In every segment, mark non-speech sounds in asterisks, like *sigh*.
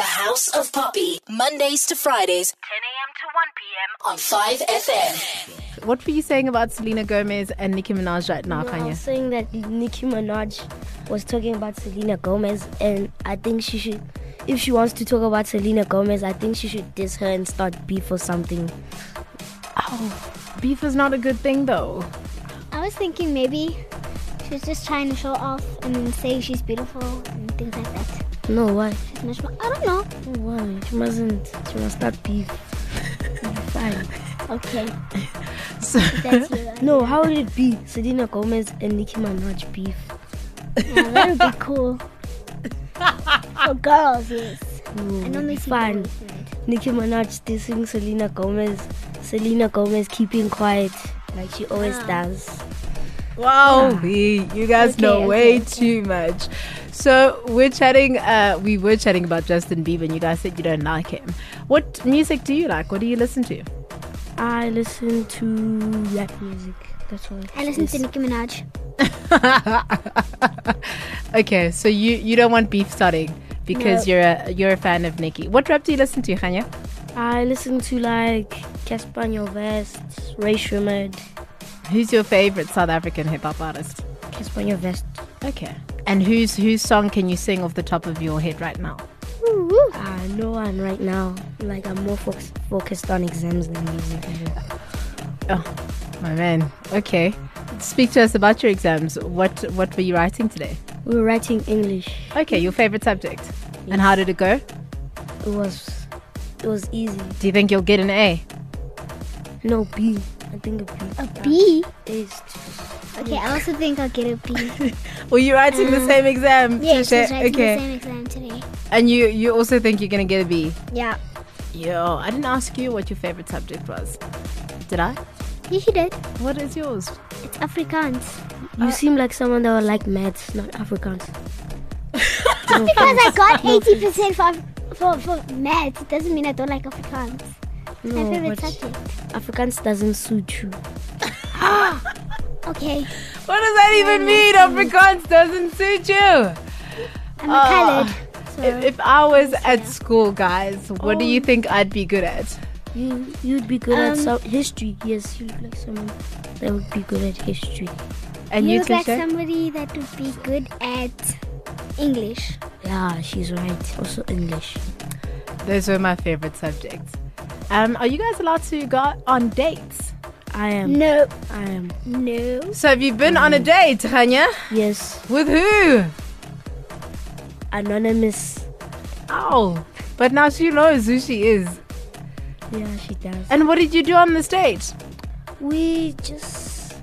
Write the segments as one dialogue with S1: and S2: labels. S1: House of Poppy, Mondays to Fridays,
S2: 10 a.m. to 1 p.m.
S1: on 5FM.
S3: What were you saying about Selena Gomez and Nicki Minaj right now,
S4: I was
S3: Kanye?
S4: saying that Nicki Minaj was talking about Selena Gomez, and I think she should, if she wants to talk about Selena Gomez, I think she should diss her and start beef or something.
S3: Beef is not a good thing, though.
S5: I was thinking maybe she's just trying to show off and then say she's beautiful and things like that.
S4: No, why?
S5: She's much more, I don't know.
S4: Why? She mustn't. She must start beef. Fine.
S5: *laughs* Okay,
S3: So,
S5: that's
S3: *laughs*
S5: you. then.
S4: No, how would it be Selena Gomez and Nicki Minaj beef?
S5: Yeah, that would be cool. For girls, yes. I normally see
S4: Fine.
S5: boys do
S4: *laughs*
S5: it.
S4: Nicki Minaj dissing Selena Gomez. Selena Gomez keeping quiet like she always does.
S3: wow, you guys know
S4: Okay,
S3: way too much. So we're chatting. Uh, we were chatting about Justin Bieber, and you guys said you don't like him. What music do you like? What do you listen to? *laughs*
S4: I listen to rap music. That's all.
S5: I listen to Nicki Minaj.
S3: okay, so you you don't want beef starting because
S4: No.
S3: you're a you're a fan of Nicki. What rap do you listen to, Kanye?
S4: I listen to like Caspaniel Vest, Ray Shrimmed,
S3: Who's your favorite South African hip hop artist?
S4: Caspaniel Vest.
S3: Okay. And whose whose song can you sing off the top of your head right now?
S4: Ah, no one right now. Like I'm more fox- focused on exams than music.
S3: Oh, my man. Okay. Speak to us about your exams. What what were you writing today?
S4: We were writing English.
S3: Okay, your favorite subject. And how did it go?
S4: It was, it was easy.
S3: Do you think you'll get an A?
S4: No B. I think a B.
S5: A B.
S4: Is t-
S5: Okay, I also think I'll get a
S3: *laughs*
S5: B.
S3: Were you writing the same exam?
S5: Yes,
S3: Tisha?
S5: Mm. she's writing
S3: okay.
S5: the same exam today.
S3: And you you also think you're gonna get a B?
S5: Yeah.
S3: Yo, I didn't ask you what your favorite subject was. Did I?
S5: Yeah, she did.
S3: What is yours?
S5: It's
S3: *laughs*
S5: Afrikaans. *laughs*
S4: You seem like someone that would like maths, not Africans.
S5: Because I got 80% for, Af- for, for maths, it doesn't mean I don't like Afrikaans. It's my
S3: Oh,
S4: No,
S5: favorite
S4: but-
S5: subject.
S4: Africans doesn't suit you.
S5: Okay,
S3: What does that even mean? Afrikaans doesn't suit you.
S5: I'm
S3: Oh.
S5: a colored. So
S3: If, if I was at school, guys, what do
S5: Oh.
S3: you think I'd be good at?
S4: You you'd be good at
S5: Um,
S4: some history. Yes, you'd like someone that would be good at history.
S3: And
S5: you
S3: you,
S5: look like
S3: Tisha?
S5: somebody that would be good at English.
S4: Yeah, she's right. Also English.
S3: Those were my favorite subjects. Um, are you guys allowed to go out on dates?
S4: I am.
S5: No,
S4: I am.
S5: no.
S3: So have you been on a date, Hanya?
S4: Yes,
S3: With who?
S4: anonymous.
S3: Oh, but now she knows who she is.
S4: Yeah, she does.
S3: And what did you do on this date?
S4: We just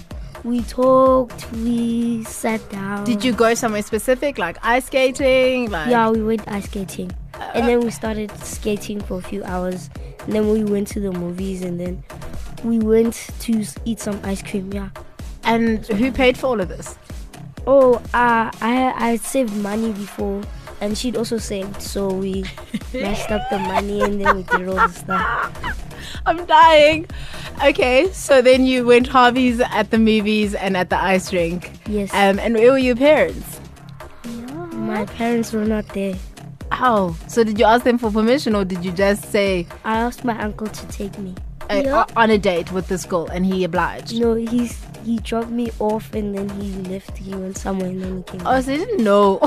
S4: we talked. We sat down.
S3: Did you go somewhere specific, like ice skating? Like
S4: Yeah, we went ice skating, and then we started skating for a few hours. And then we went to the movies, and then we went to s- eat some ice cream. Yeah.
S3: And who paid for all of this?
S4: Oh, uh, I I saved money before, and she'd also saved, so
S3: *laughs*
S4: we mashed up the money, and then we did all the stuff.
S3: I'm dying. Okay, so then you went Harvey's at the movies and at the ice rink.
S4: Yes.
S3: Um, and where were your parents?
S4: My parents were not there.
S3: Oh, so did you ask them for permission or did you just say
S4: I asked my uncle to take me.
S3: uh,
S5: Yeah.
S3: o- on a date with this girl and he obliged?
S4: No, he's he dropped me off, and then he left. He went somewhere, and then he came.
S3: Oh,
S4: back.
S3: so you didn't know. *laughs*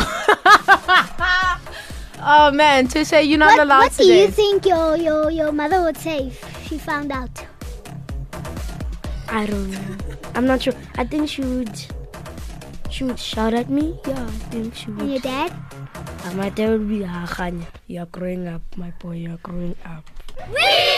S3: oh man, Trisha, you're not
S5: What,
S3: allowed
S5: what
S3: to
S5: do you
S3: date.
S5: think your, your, your mother would say if she found out?
S4: I don't know. I'm not sure. I think she would. She would shout at me. Yeah, I think she
S5: And your
S4: would.
S5: dad?
S4: Uh, my dad would be, ah, Khanya, you're growing up, my boy, you're growing up.
S5: We